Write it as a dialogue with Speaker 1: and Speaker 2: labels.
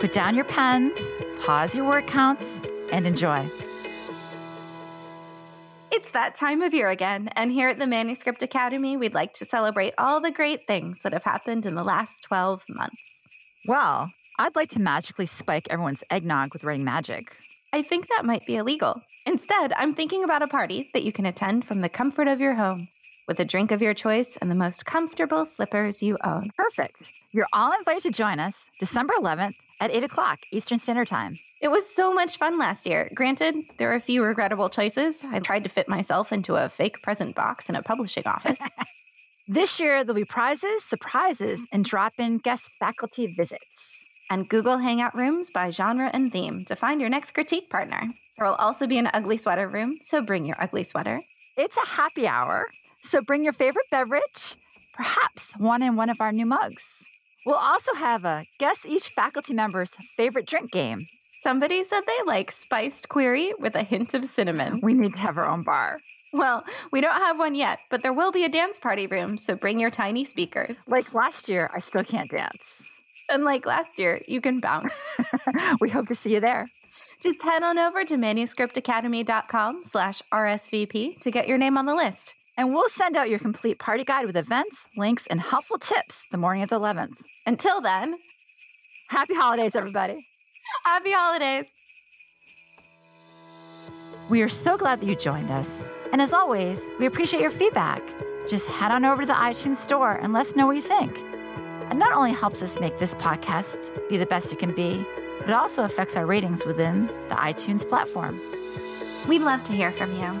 Speaker 1: Put down your pens, pause your word counts, and enjoy.
Speaker 2: It's that time of year again, and here at the Manuscript Academy, we'd like to celebrate all the great things that have happened in the last 12 months.
Speaker 1: Well, I'd like to magically spike everyone's eggnog with writing magic.
Speaker 2: I think that might be illegal. Instead, I'm thinking about a party that you can attend from the comfort of your home with a drink of your choice and the most comfortable slippers you own.
Speaker 1: Perfect. You're all invited to join us December 11th at 8 o'clock Eastern Standard Time.
Speaker 2: It was so much fun last year. Granted, there were a few regrettable choices. I tried to fit myself into a fake present box in a publishing office.
Speaker 1: This year, there'll be prizes, surprises, and drop in guest faculty visits.
Speaker 2: and Google Hangout rooms by genre and theme to find your next critique partner. There will also be an ugly sweater room, so bring your ugly sweater.
Speaker 1: It's a happy hour, so bring your favorite beverage, perhaps one in one of our new mugs. We'll also have a guess each faculty member's favorite drink game.
Speaker 2: Somebody said they like spiced query with a hint of cinnamon.
Speaker 1: We need to have our own bar,
Speaker 2: Well, we don't have one yet, but there will be a dance party room, so bring your tiny speakers.
Speaker 1: like last year. I still can't dance.
Speaker 2: And like last year, you can bounce.
Speaker 1: we hope to see you there.
Speaker 2: Just head on over to manuscriptacademy.com slash RSVP to get your name on the list.
Speaker 1: And we'll send out your complete party guide with events, links, and helpful tips the morning of the 11th.
Speaker 2: Until then,
Speaker 1: Happy holidays, everybody.
Speaker 2: happy holidays!
Speaker 1: We are so glad that you joined us. And as always, we appreciate your feedback. Just head on over to the iTunes store and let us know what you think. It not only helps us make this podcast be the best it can be, but it also affects our ratings within the iTunes platform.
Speaker 2: We'd love to hear from you.